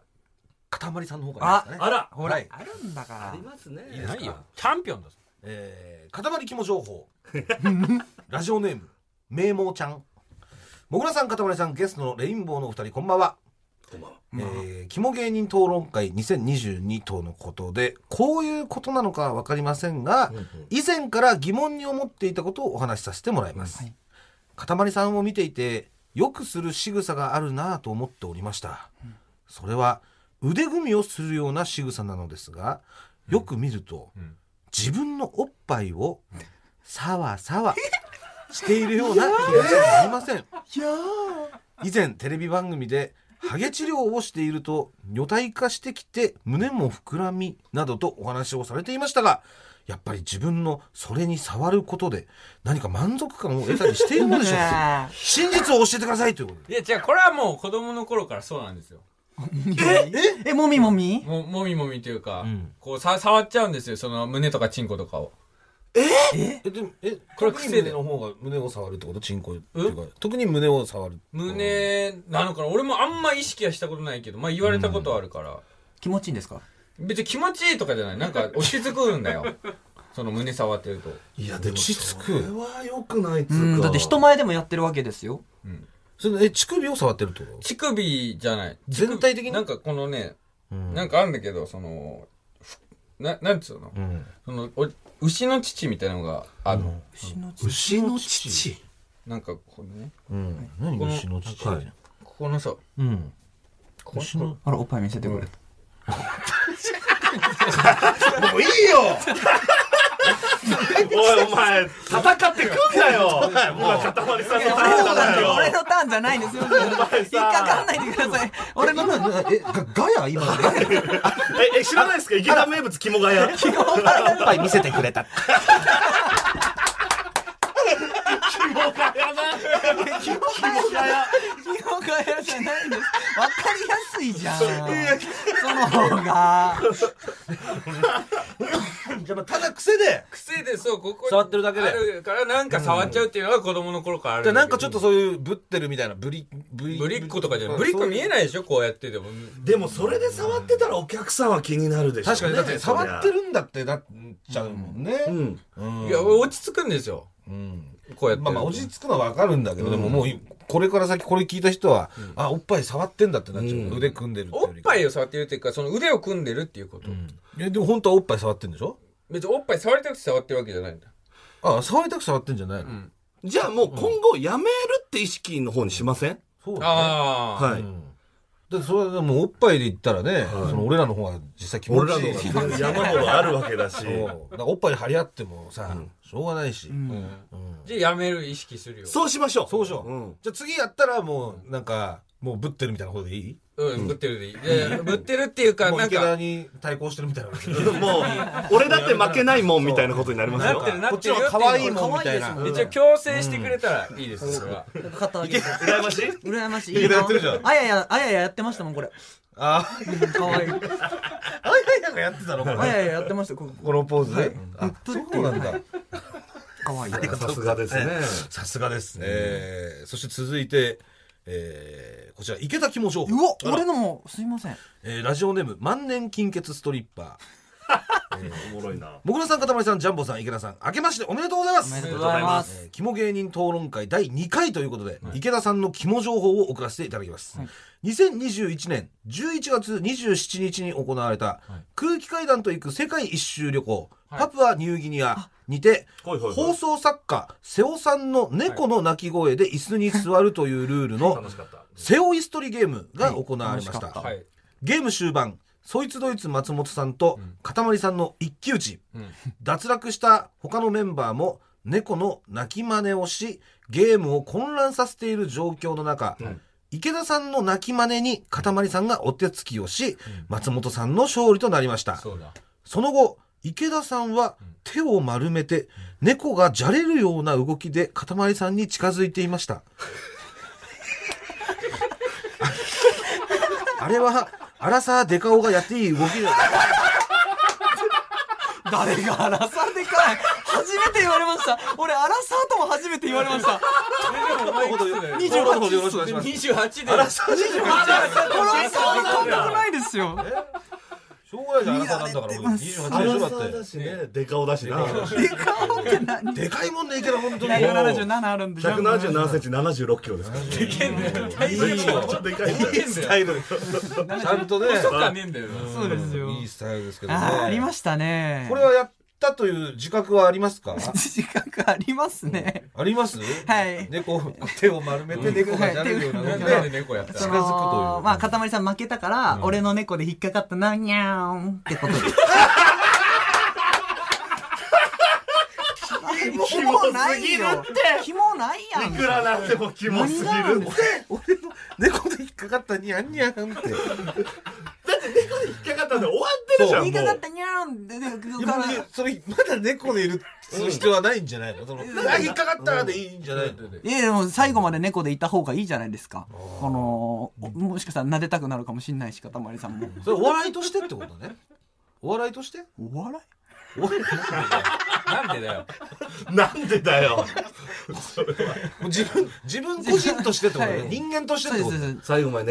かたまりさんの方からいいですかね。
あら。
ほら、
あるんだから。
いいです
ないよ
か。
チャンピオンだぞ
えー、塊肝情報 *laughs* ラジオネーム名門ちゃんもぐらさん塊さんゲストのレインボーのお二人こんばんはえー、肝芸人討論会2022とのことでこういうことなのかは分かりませんが、以前から疑問に思っていたことをお話しさせてもらいます、かたまりさんを見ていてよくする仕草があるなぁと思っておりました、それは腕組みをするような仕草なのですがよく見ると、
ん
自分のおっぱいをさわさわしているような気がしてなりません以前テレビ番組でハゲ治療をしていると女体化してきて胸も膨らみなどとお話をされていましたがやっぱり自分のそれに触ることで何か満足感を得たりしているのでしょうか真実を教えてくださいということで
いや違うこれはもう子供の頃からそうなんですよ
え、もみもみ
ももみもみというか、
ん
こうさ触っちゃうんですよその胸とかチンコとかを
えでもえ
これ
特に
癖で
胸の方が胸を触るってことチンコっていうか特に胸を触る
胸なのかな俺もあんま意識はしたことないけどまあ言われたことはあるから、
気持ちいいんですか
別に気持ちいいとかじゃないなんか押し付くんだよその胸触ってると
いや、でも、
落ち
そ
着
れ
く
は良くないっつ
う、
うんか。
だって人前でもやってるわけですよ。
それえ乳首を触ってるってこと
乳首じゃない乳首
全体的に
なんかこのね、
うん
なんかあるんだけどそのふななんつうの,、
ん
そのお牛の乳みたいなのがあるの、
牛の乳。
なんかこのね
うん何
この
牛の乳
はい
ここのさ
うん
ここ
牛の
あら、おっぱい見せてくれ。
もういいよ
おい、お前、戦ってくんなよ。今、かたまりさんの
そう
ターンだか
なんだ
ら
よ
よ。
俺のターンじゃないんですよ。引っかかんないでください。俺のターン。
えガガヤ
*laughs*
今ガヤ
え、え、知らないですか池田名物、肝がや。肝
おっぱい見せてくれた
がやな。肝がや。
日本語やじゃないんです。わかりやすいじゃん。その方が。
じゃあまあただ癖で
癖でそう、ここ
触ってるだけで
あるから、なんか触っちゃうっていうのが子供の頃からある
じゃあ
だけど。
なんかちょっとそういうぶってるみたいなぶりぶり
ブリッコとかじゃない。ブリッコ見え
ない
ないでしょこうやってでも。
でもそれで触ってたらお客さんは気になるでしょう
確
ね
かにだって触って
る
るんだってなっちゃうもんね
うん
うん
いや、落ち着くんですよ。
うん
こうやって。
まあまあ落ち着くのはわかるんだけど、でももうこれから先これ聞いた人は、あおっぱい触ってんだってなっちゃう、
うん
腕組んでるっていう
お
よ
っ
りか
ぱいを触ってるっていうか、その腕を組んでるっていうこと。
いやでも本当はおっぱい触ってんでしょ
別におっぱい触りたくて触ってるわけじゃないんだ。
あ触りたくて触ってんじゃないの、
ん
じゃあもう今後やめるって意識の方にしません
そうだね
ああ。
はい
うんだってそれでもおっぱいで言ったらね、その俺らの方が実際気持
俺
ち
ら
いい
の方が山ほどあるわけだし
そうだからおっぱい張り合ってもさ、しょうがないし、
じゃあやめる意識するよ。
そうしましょう
そうでしょ、
ん
じゃあ次やったらもうなんかもうぶってるみたいなことでいい
うん、ぶってるで *laughs* いい。で、ぶってるっていうか、
もう
なん
池
か
田、に対抗してるみたいな
もう俺だって負けないもんみたいなことになります
な
よ
ってるな
こ
っ
ってち
る
の
よっていう
方が可愛いもんみたいな
のを一応強制してくれたらいいです、それは。
肩上げて。
羨ましい
羨ましい。
いいやってるじゃん
あやや、あやややってましたもん、これ。
あ
かわいい。
あいやいややってたのこ
あ
れ
やややってました、ここ。
このポーズで、あ
プッて
そうなんだ
かわいい。
さすがですね
さすがですね、えーそして続いて、えーこちら池田肝情報
うわ、
あら
俺のも、すいません。
えーラジオネーム万年金欠ストリッパー
おもろいな
もぐらさんかたまりさんジャンボさん池田さん明けましておめでとうございま
お
す
めでとうございます。
えー肝芸人討論会第2回ということで、池田さんの肝情報を送らせていただきます、2021年11月27日に行われた空気階段と行く世界一周旅行、
はい
パプアニューギニアにて、
はいはいはい
放送作家瀬尾さんの猫の鳴き声で椅子に座るというルールの
楽しかった
瀬尾椅子取りゲームが行われました,、
はい楽しかっ
はい。
ゲーム終盤そいつどいつ松本さんと
うん
かたまりさんの一騎打ち、
うん
脱落した他のメンバーも猫の鳴き真似をしゲームを混乱させている状況の中、
ん
池田さんの鳴き真似にかたまりさんがお手つきをし、松本さんの勝利となりました
そうだ。
その後池田さんは手を丸めて猫がじゃれるような動きでかたまりさんに近づいていま *laughs* したあれは荒さデカオがやっていい動きだ *laughs*
誰がアラサーでかい初めて言われました俺アラサーとも初めて言われました
でも、お前いくつだよ
今後のことよろしくお願いします
28で。あ
これはそんなとんでもないですよ
しょうがないじゃん荒さなんだから
ア
28
ラ
でし
サ
ょだ
ー
っ
だしねデカオだしな
デカオって何
てでかいもんね池田本当に
177あるんで
177センチ76キロですからでけ
体重も。
でかいんだ
でけ
よ
んだよ。
タイルちゃんとね
細かねえんだよな。
そうですよ
いいスタイルですけどね
あーありましたね
これはやったという自覚はあり
*laughs*
ますか
自覚ありますね
あります
はい
猫手を丸めて猫がじゃれるような動き
なんで
で
猫やった
近づくという
そのまあかたまりさん負けたから、俺の猫で引っかかったなにゃーんってことで *laughs* キモないよキモないやん
いくらなんでもキモすぎる
何があるん
だ
で
っ
す
て
俺の猫で引っかかったにゃんにゃんって。
猫に引っかかったんで終わってるじゃん
引っか
も
かっ
う
たにゃーんで、で、
いや
から
まだそれ、まだ猫でいる必要はないんじゃないのその、あ引っかかったでいいんじゃないの
いやでも最後まで猫でいた方がいいじゃないですか。この、おもしかしたら撫でたくなるかもしんないし、かたまりさんも。
それお笑いとしてってことね。お笑いとして
お笑
お笑い
なんでだよ。
なんでだよ
自分、自分個人としてってことね。
はい
人間と
い
してっ
そう
て
で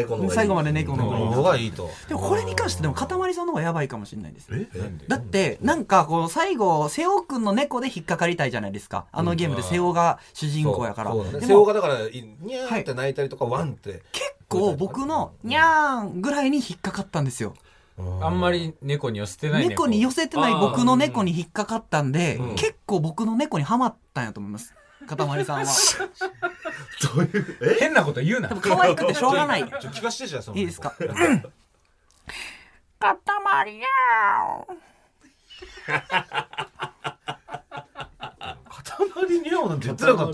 こと
すそう
ね。
最後まで猫の方がい
です
い
最後まで猫の
の
方
方
が
が
いい。
いいと。
でもこれに関してでもかたまりさんの方がやばいかもしんないですね。
なんで
だって、なんかこう、最後、瀬尾くんの猫で引っかかりたいじゃないですか。あのゲームで瀬尾が主人公やから。
そうだね
で
瀬尾
も
がだから、いにゃーって泣いたりとか、ワンって。
結構僕の、にゃーんぐらいに引っかかったんですよ。
あんまり猫に寄せてない
猫に寄せてない僕の猫に引っかかったんで、
ん
結構僕の猫にはまったんやと思います。かたまりさん
*laughs*
は。
どういう
あー変なこと言うな
で。も可愛くてしょうがない。
ちょ、聞かしてじゃあ、その。
いいですか。
塊にゃおなんて言ってなかっ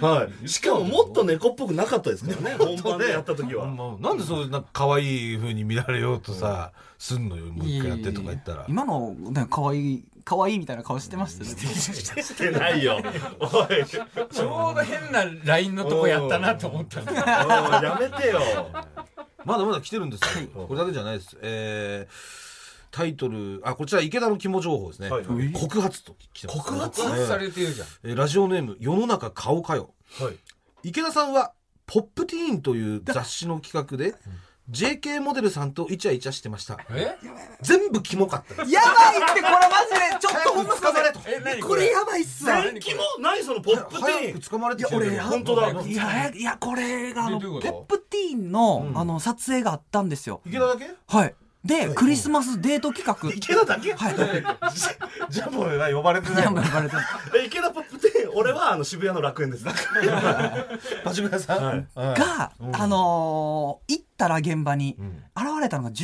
た。
はいしかももっと猫っぽくなかったですからね本番でやった時は
もうなんでそういうなんか可愛い風に見られようとさ、すんのよもう一回やってとか言ったら
今の、ね、可愛い、可愛いみたいな顔してましたね。
してないよおい
ちょうど変なラインのとこやったなと思ったんだよ
おいやめてよ
まだまだ来てるんですよこれだけじゃないですえータイトル、あ、こちら池田の肝情報ですね。
はいはい
告発と来てます。
告発
はい
されてるじゃん。
えーラジオネーム、世の中顔かよ。
はい。
池田さんは、ポップティーンという雑誌の企画で、JK モデルさんとイチャイチャしてました。
え
全部キモかった。
やばいって、これマジで、ちょっとほんま
捕まれと。
え、何
これやばいっすわ。
全機もないそのポップテ
早
ィー
く
ン。
捕まれてきて
いや俺本当だ
い
いや早くいやこれがあの
どういうこ
ポ
と
ップティーンのあの撮影があったんですよ
池田だけ
はいでクリスマスデート企画
池田だけ
はい
ジャンボが呼ばれて
い
ない
や
の
もう言われても
え池田ポップティーン、俺はあの渋谷の楽園です。
パチ村さん。
はい
はい
*laughs* が、あのー行ったら現場に
ん
現れたのが16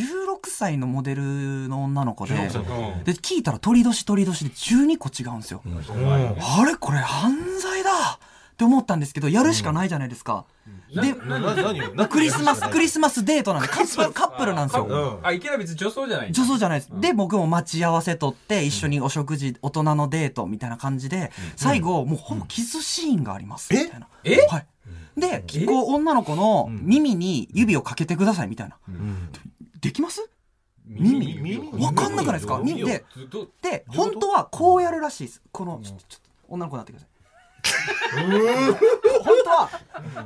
歳のモデルの女の子で
うん
で聞いたら鳥年鳥年で12個違うんですよ、あれこれ犯罪だって思ったんですけどやるしかないじゃないですか、で
なな何を
クリスマスクリスマスデートなんでカップルカップルなんですよ
うん
あ、池田別に女装じゃないんだ
女装じゃないです。で、僕も待ち合わせとって、一緒にお食事、大人のデートみたいな感じで、最後、もうほぼキスシーンがあります。みたいな。
え
はい。で、こう、女の子の耳に指をかけてくださいみたいな。できます耳わかんなくないですか耳で、
ど
で、本当はこうやるらしいです。この、ちょっと、ちょっと女の子になってください。本当は、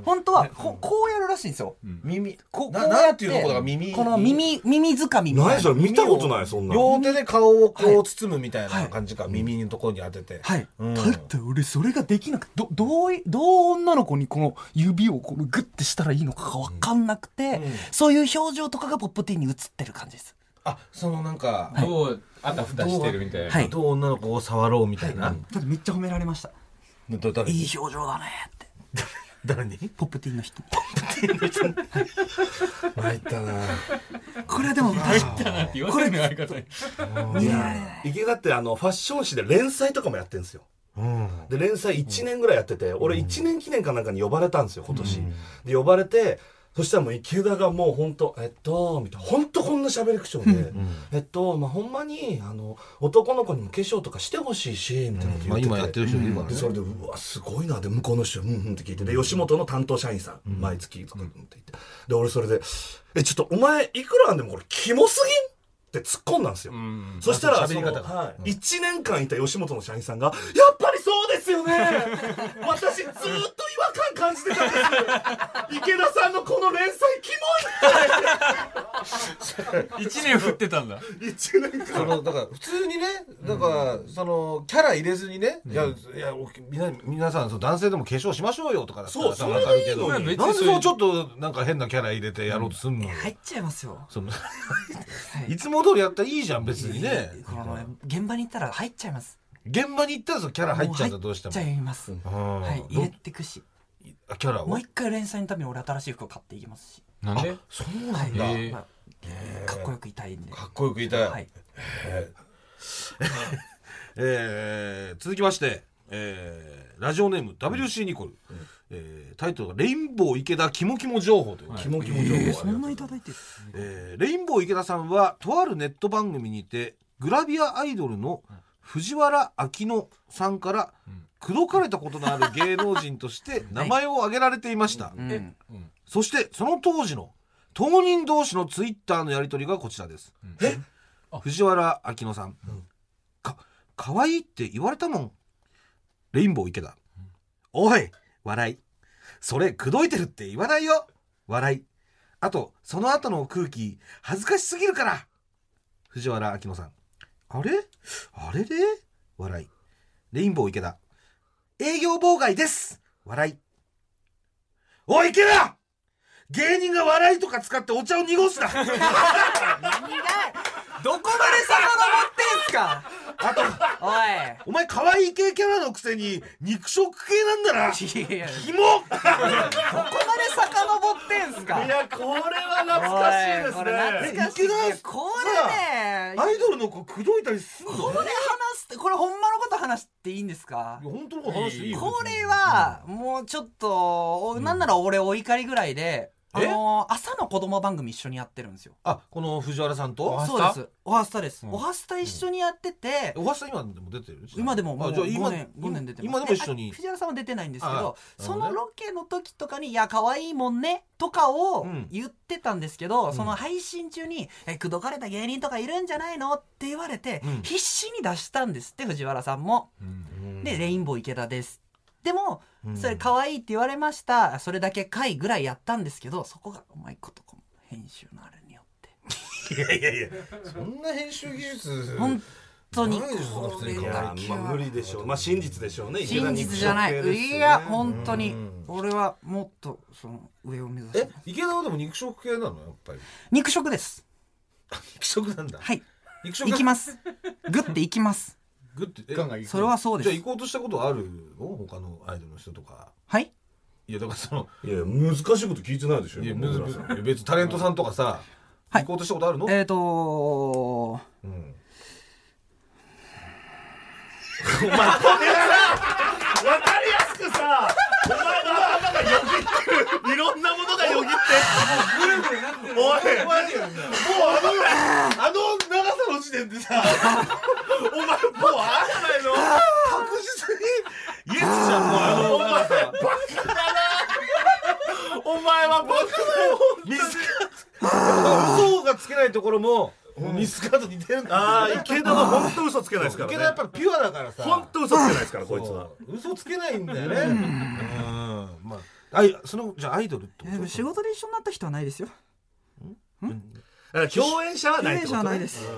本当はこ、こうやるらしいんですよ。
耳。
こう、こ
な
う
な
や
ん
ってて、
いうのこれが耳
この耳、耳づかみみたいな。
何それ見たことない、そんなの。
両手で顔を
は
こう
い
包むみたいな感じか。耳のところに当てて。
はい。
うん
だって俺それができなくて、ど、どうい、どう女の子にこの指をこのグッてしたらいいのかがわかんなくて、そういう表情とかがポップティーンに映ってる感じです。
あ、そのなんか、
どう、あたふたしてるみたいな。
はい。
どう女の子を触ろうみたいな。
ただめっちゃ褒められました。
ど誰
い
に
い表情だねって。
誰に
ポップティーンの人。
参ったな
これはでも、
なんて言わせるの相方に。
いや池田ってあのファッション誌で連載とかもやってるんですよで連載1年ぐらいやってて、俺1年記念かなんかに呼ばれたんですよ今年、で呼ばれてそしたらもう池田がもう本当えっとみたいな本当こんな喋り口調で、えっとまあほんまにあの男の子にも化粧とかしてほしいしみたいなこ
ま
と言っ
あ
てて、
今やってる人いるから
で
ね
それでうわすごいなで向こうの人うんうんって聞いてで吉本の担当社員さん、毎月とかって言ってで俺それで「えちょっとお前いくらあんでもこれキモすぎん?」って突っ込んだんですよ、
うん。
そし
あ
たら、
と
そ
喋り
の、
方が
はい、1年間いた吉本の社員さんが、やっぱりそうですよね私ずーっと違和感感じてたんです池田さんのこの連載キ
一年振ってたんだ。
モい !1 年
そ
間。
のだから普通にねだから、そのキャラ入れずにね、いやいやおみな皆さんその男性でも化粧しましょうよとかだったら
そう
わかるけど
そ
な
れ
で
ん
いいの
で
に
そうちょっとなんか変なキャラ入れてやろうとすんの、
入っちゃいますよ。
その
はい
いつも通りやったらいいじゃん別にね
この、現場に行ったら入っちゃいます。
現場に行ったらそのキャラ入っちゃうんだどうしても
入っちゃいます。
うん
はい。入れてくし。
あキャラ
も
を
う一回連載のために俺新しい服を買っていきますし。
なんで
そう
は
ないんだ、
へえ
まあかっこよくいたいんで。
かっこよく言いたい、
はい。
えー続きまして、えーラジオネーム WC ニコル、えータイトルが「レインボー池田キモキモ情報」という、
キモキモ情報、
そんないただいてる
えーレインボー池田さんはとあるネット番組にてグラビアアイドルの藤原明乃さんから口説かれたことのある芸能人として名前を挙げられていました、
うん。
そしてその当時の当人同士のツイッターのやり取りがこちらです、え藤原明乃さん、か可愛いって言われたもんレインボー池田、おい笑いそれ口説いてるって言わないよ笑いあとその後の空気恥ずかしすぎるから藤原明乃さんあれあれで笑いレインボー池田営業妨害です笑いおい池田芸人が笑いとか使ってお茶を濁すな
どこまで遡ってんすか
あと
おい
お前可愛い系キャラのくせに肉食系なんだなキ
いや
モ
どこまで遡ってんすか
いや、これは懐かしいですね。
懐かしい
池田
ねこれね
アイドルの子口説いたりすんの
これ話してこれほんまのこと話していいんですか
いや本当のこと話していいよ
これはもうちょっとおなんなら俺お怒りぐらいであのー朝の子供番組一緒にやってるんですよ。
あ、この藤原さんと
そうです。おはスタです。
うん
おはスタ一緒にやってて、
おはさん今でも出てる
今でももう
あじゃあ今
5年、5年出てま
今
す。
でも一緒に
あ。藤原さんは出てないんですけ
ああなる
ど、そ
ほどね
のロケの時とかに、いや、可愛いもんね、とかを
うん
言ってたんですけど、その配信中に、え、口説かれた芸人とかいるんじゃないのって言われて、
うん
必死に出したんですって、藤原さんも。で、レインボー池田です。でも、それ可愛いって言われました。それだけ回ぐらいやったんですけど、そこがうまいことこの編集のあれによって。
いやいやいや、そんな編集技術。
本当に
ないですよ普通に
こ
い
れだ
や
け
まあ無理でしょうまあ真実でしょうね池田
真
肉
実
食
じゃな
系
い、
ですよね
いや本当に
うん
俺はもっとその上を目指
え
す、
池田はでも肉食系なのやっぱり。
肉食です
肉食なんだ。
はい
肉食
行きますグッて行き
*laughs*
ます
す。グッて、え
ガンガン行く
それはそう
じゃあ
で
行
す
こうとしたことあるの他のアイドルの人とか。
はい
いや、だからその、
いや難しいこと聞いてないでしょ
いや、
今
むずむずいや別にタレントさんとかさ、
は
行
い
こうとしたことあるの
えっ、ー、と
うん
わかりやすくさ、お前の頭がよぎってる。いろんなものがよぎってる。おい、もうあの、あの長さの時点でさ、お前もうあんないの。確実に、イエスじゃん、もうあのお前、バカだな。お前はバカだよ。
ミスカット層がつけないところも、ミスカット似てるん
あ
だ
あ、池田は本当嘘つけないですから、ね。
池田やっぱりピュアだからさ
本当嘘つけないですから、こいつは。
そう嘘つけないんだよねうんまああいそのじゃあアイドルって
ー、でも仕事で一緒になった人はないですよ
だから共演者はないって
じ
こと、
ゃ
ね。
ないです、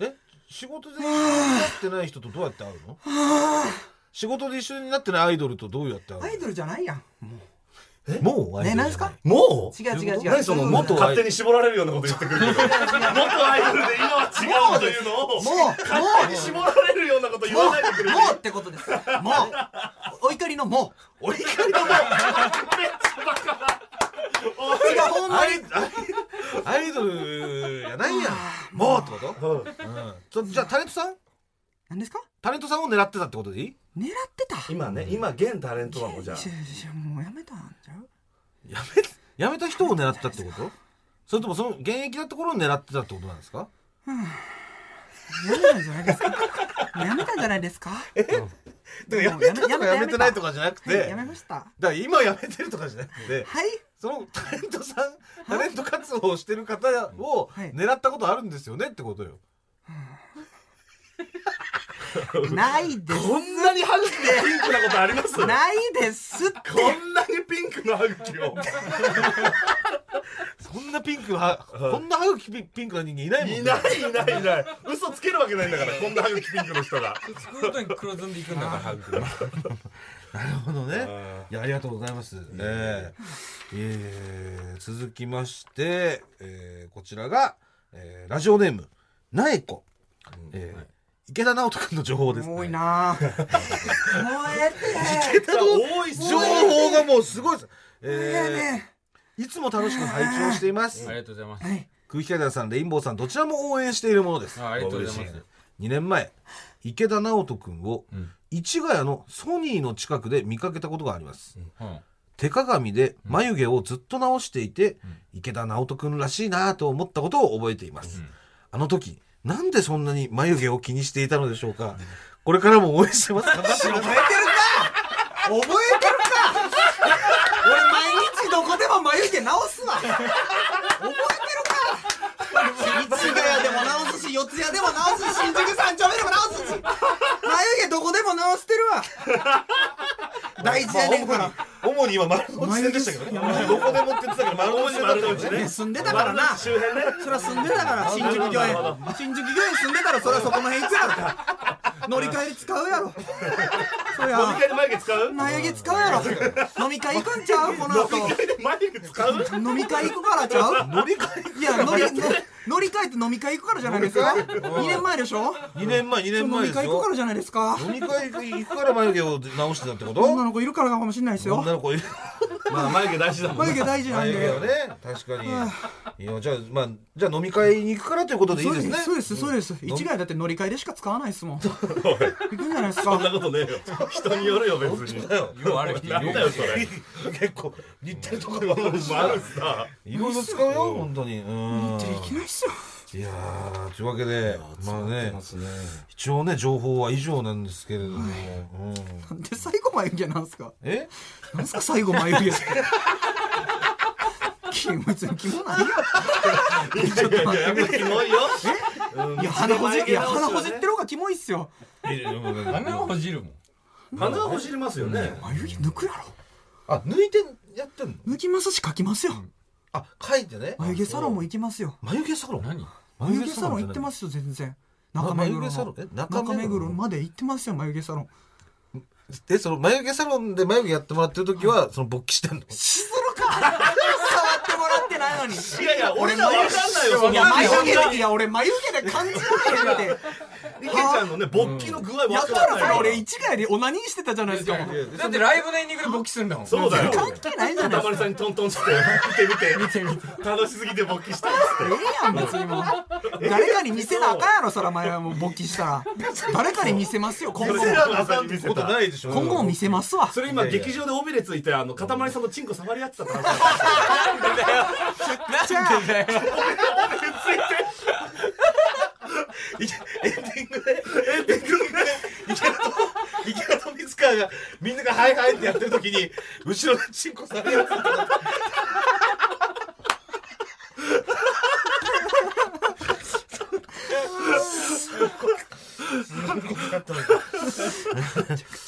え仕事で一緒になってない人とどうやって会うの仕事で一緒になってないアイドルとどうやって会うの
アイドルじゃないやん
もうアイドルじゃ
ね
な
ないんすか
もう
違う違う違う
何その元
勝
勝
手
手に絞られるようなこと言ってくるけど元アイドルで今は違うというのを
もう
勝手に絞られるようなこと言わないでくれ
もうってことですもうお怒りのも
お怒りのもうめっちゃバカだ
う違うほんまに
アイドルやないやんもうってこと、うんそじゃあタレントさん
何ですか
タレントさんを狙ってたってことでいい
狙ってた
今ね今現タレントなのじゃ
いやいやいやもうやめたんちゃう
やめやめた人を狙ってたってことそれともその現役なところを狙ってたってことなんですか
やめたんじゃないですかやめたんじゃないですか
でも
やめたとかやめてないと
かじゃなく
はいやめました
だから今やめてるとかじゃなくて、
はい
そのタレントさん、タレント活動をしてる方を
はい
狙ったことあるんですよねってことよ。
ないです
こんなにハグキピンクなことありますこ
ないですって
んなにピンクのハグキを
そんなピンクは、こんな歯茎ピピンクな人間いないもんね。
いないいないいない嘘つけるわけないんだからこんなハグキピンクの人が
作るとに黒ずんでいくんだからハグ君
なるほどね。いや、ありがとうございます。えええー続きまして、えーこちらが、えーラジオネーム、なえこ。えー池田直人君の情報です、ね。
多い
*laughs*
なぁもうええって
多いっす
情
よ
報がもうすごいです。
ええ
え
ね
ーいつも楽しく拝聴しています
あ。りがとうございます
はい
空気階段さん、レインボーさん、どちらも応援しているものです。
あありがとうございま
嬉し
す
2年前、池田直人君を、
うん
市ヶ谷のソニーの近くで見かけたことがあります。
うん
手鏡で眉毛をずっと直していて、池田直人君らしいなぁと思ったことを覚えています。あの時、なんでそんなに眉毛を気にしていたのでしょうか。これからも応援してます。頑張ってください
覚えてるか俺毎日どこでも眉毛直すわ覚えてるか市ヶ谷でも直すし四谷でも直すし新宿三丁目でも直すし眉毛どこでも直してるわ大事やねんから
主に今丸の内線でしたけどね。どこでもって言ってたけど丸の内線だったんですね。
ね住んでたからな
周辺ね
そりゃ住んでたから新宿御苑新宿御苑住んでたらそりゃそこの辺行くやろ乗り換えで使うやろそり
飲み
ゃ
会で眉毛使う
眉毛使うやろ飲み会行くんちゃうこの後
飲み会で眉毛使う
飲み会行くからちゃう乗り換えいや乗りの乗り換えって飲み会行くからじゃないですか2年前でしょ
2年前、2
飲
年前
み
です
会行く
よ
か。らじゃないですか
飲み会行くから眉毛を直してたってこと
女の子いるからかもしれないですよ
女の子いる
まあ、眉毛大事だもん
眉
ね。
毛大事なん
眉
で
毛よね確かにいやじゃあまあじゃあ飲み会に行くからということでいい
そう
で
です
ね
すそうですそうです一台だって乗り換えでしか使わないです *laughs* もん行くんじゃないです
そんな
か
ことねえよ。人によるよ、別に。
だよ
ようある人い
なん
る
だよ、それ。
結構似てるところがあるし
あるさ。
いろいろ使うよ本当にうん
いけないっすよ
いやーというわけでまあね
ますね。
一応ね情報は以上なんですけれども、うん
なんで最後眉毛なんすか
え
なんすか最後眉毛 *laughs* って気持ち気もないよ
ちょっと待って、キモいよ。
いや鼻ほじいや鼻ほじってる方がキモいっすよ
穴をほじるもん。
鼻ほじりますよね。
眉毛抜くやろ
あ抜いてやってんの
抜きますし描きますよ
あ書いてね
眉毛サロンも行きますよ
眉毛サロン
何
眉毛サロン行ってますすよ全然
な
中目黒
眉毛サロ
の
ンえ中目黒
中目黒まで行ってますよ眉毛サロン
えその眉毛サロンで眉毛やってもらってる時はその勃起してんの
しずるか触ってもらってないのに
いやいや、俺らわかんないよ、そ
い
ん
や
な。
眉
い
毛でいや俺眉毛で感じられへんって
*laughs* けちゃんのね、勃起の具合
や
わ
った
からんない
さ
よ。
俺一概でオナニーしてたじゃないですか
だってライブのエンディングで勃起するんだもん。
そうだよ。
関係ないじゃな
た *laughs*
いです
ま
か
りさんにトントンして、見て見て、見て見て。楽しすぎて勃起したっつって。
ええやん別にもう誰かに見せなあかんやろそら前はもう勃起したら誰かに見せますよ今後も
俺らの朝に見せ
こと
た。
ないでしょ
今後も見せますわ
それ今、劇場で尾びれついて、あの、かたまりさんのチンコ触り合ってたって話。
じゃあ
エンディングでエンディングで池田と池田と水川がみんながハイハイってやってる時に後ろでチンコされる
じ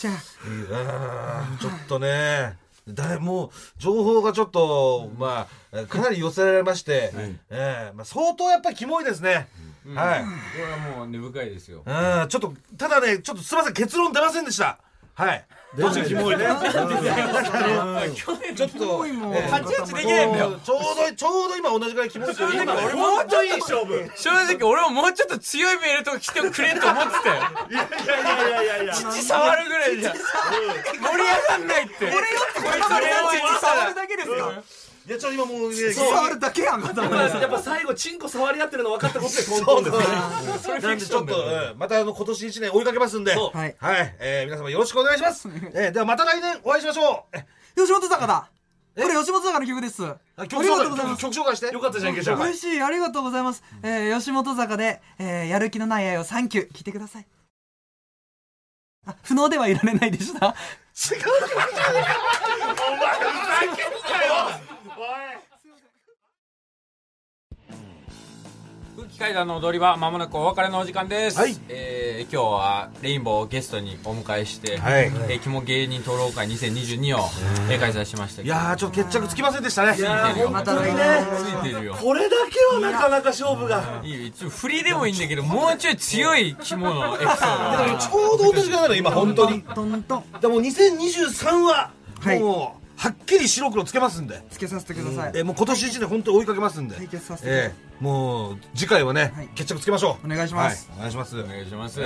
ゃあ
いいなあちょっとね。だいもう情報がちょっと、まあ、かなり寄せられまして、ええまあ、相当やっぱりキモいですね、はい、
これはもう根深いですよ。
うん、ちょっとただねちょっとすみません結論出ませんでしたはいどっちが
*laughs*
キモいねちょっと、ええ
太刀打ちできないんだよ。
ちょうどちょうど今同じぐらい気持ちいい今俺も
本当いい勝負。い
正直俺ももうちょっと強いメールとか来てくれと思ってたよ。
やいやいやいやいや。
*laughs* 口触るぐらいじゃん。盛り上がんないって。俺よってこいつ俺
お
は口
前触
触
る
る。
だけですか
いやちょっと今もう、ね、
触るだけやんかたまりさん
やっぱ最後、チンコ触り合ってるの分かったことで、トントンですね。
なんでちょっと、うんまたあの今年一年追いかけますんで
そう
はい
はい、ええ皆様よろしくお願いします、ええではまた来年お会いしましょうえ
吉本坂だこれ吉本坂の曲ですあ
あ
り
曲
が
紹
と
介
うございます
曲紹介して
よかったじゃん、けちゃん。
嬉しいありがとうございます、えー、吉本坂で、えー、やる気のない愛をサンキュー聞いてくださいあ不能ではいられないでした
空気階段の踊り場、まもなくお別れのお時間です。
はい
えー今日はレインボーをゲストにお迎えして、
はい
えー、キモ芸人討論会2022をえー開催しました
い
けど。
やーちょっと決着つきませんでしたね
ついてるよ。
また来
ついてるよ。
これだけはなかなか勝負が。
いいよ一応振りでもいいんだけど、もうちょい強い着物のエピソードを。
ちょうど同じ時間なの今本当に
トントン
でも2023は
はい
もうはっきり白黒つけますんで、
つけさせてください、
えーもう今年一年本当に追いかけますんで、
対決させて
えーもう次回はね、
はい
決着つけましょう
お願いします
はいお願いします
お願いします。
え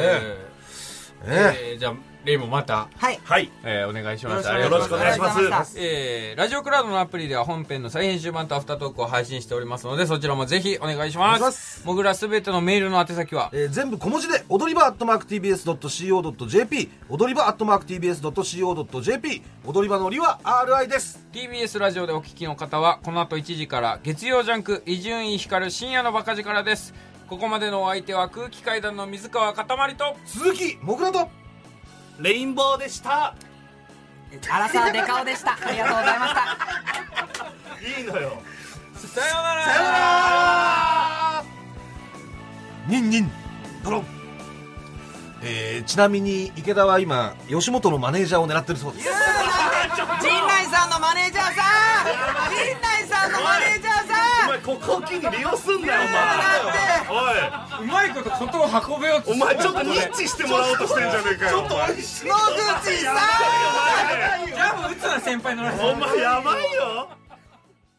え
えーじゃあ、レイもまた、
はい
はい。
えーお願いし
よ
ま
ろ
す。
しく
ありがとうございます
お願いします
ありがとうございまし
えーラジオクラウドのアプリでは本編の再編集版とアフタートークを配信しておりますのでそちらもぜひお願いします
お願いします
もぐらすべてのメールの宛先は
えー全部小文字で踊り場アットマーク TBS.CO.JP 踊り場アットマーク TBS.CO.JP 踊り場のりは RI です
TBS ラジオでお聞きの方はこの後1時から月曜ジャンク伊集院光る深夜のバカ力ですここまでのお相手は空気階段の水川かたまりと
鈴木もぐらと
レインボーでした。
アラサーデカオでしたありがとうございました
いいのよ。
さようなら
ニンニンドロンえーちなみに池田は今吉本のマネージャーを狙ってるそうです
陣内さんのマネージャーさん陣内さんのマネージャー
お
さん
前、ここを機に利用すんなよ、お
う
前。
まいことことを運べようと
おい、お前ちょっとニッチしてもらおうとしてんじゃねえかよ。ちょっとおいしい。
野口さん
ジャブ打つな先輩のラジオ
お前やばいよ。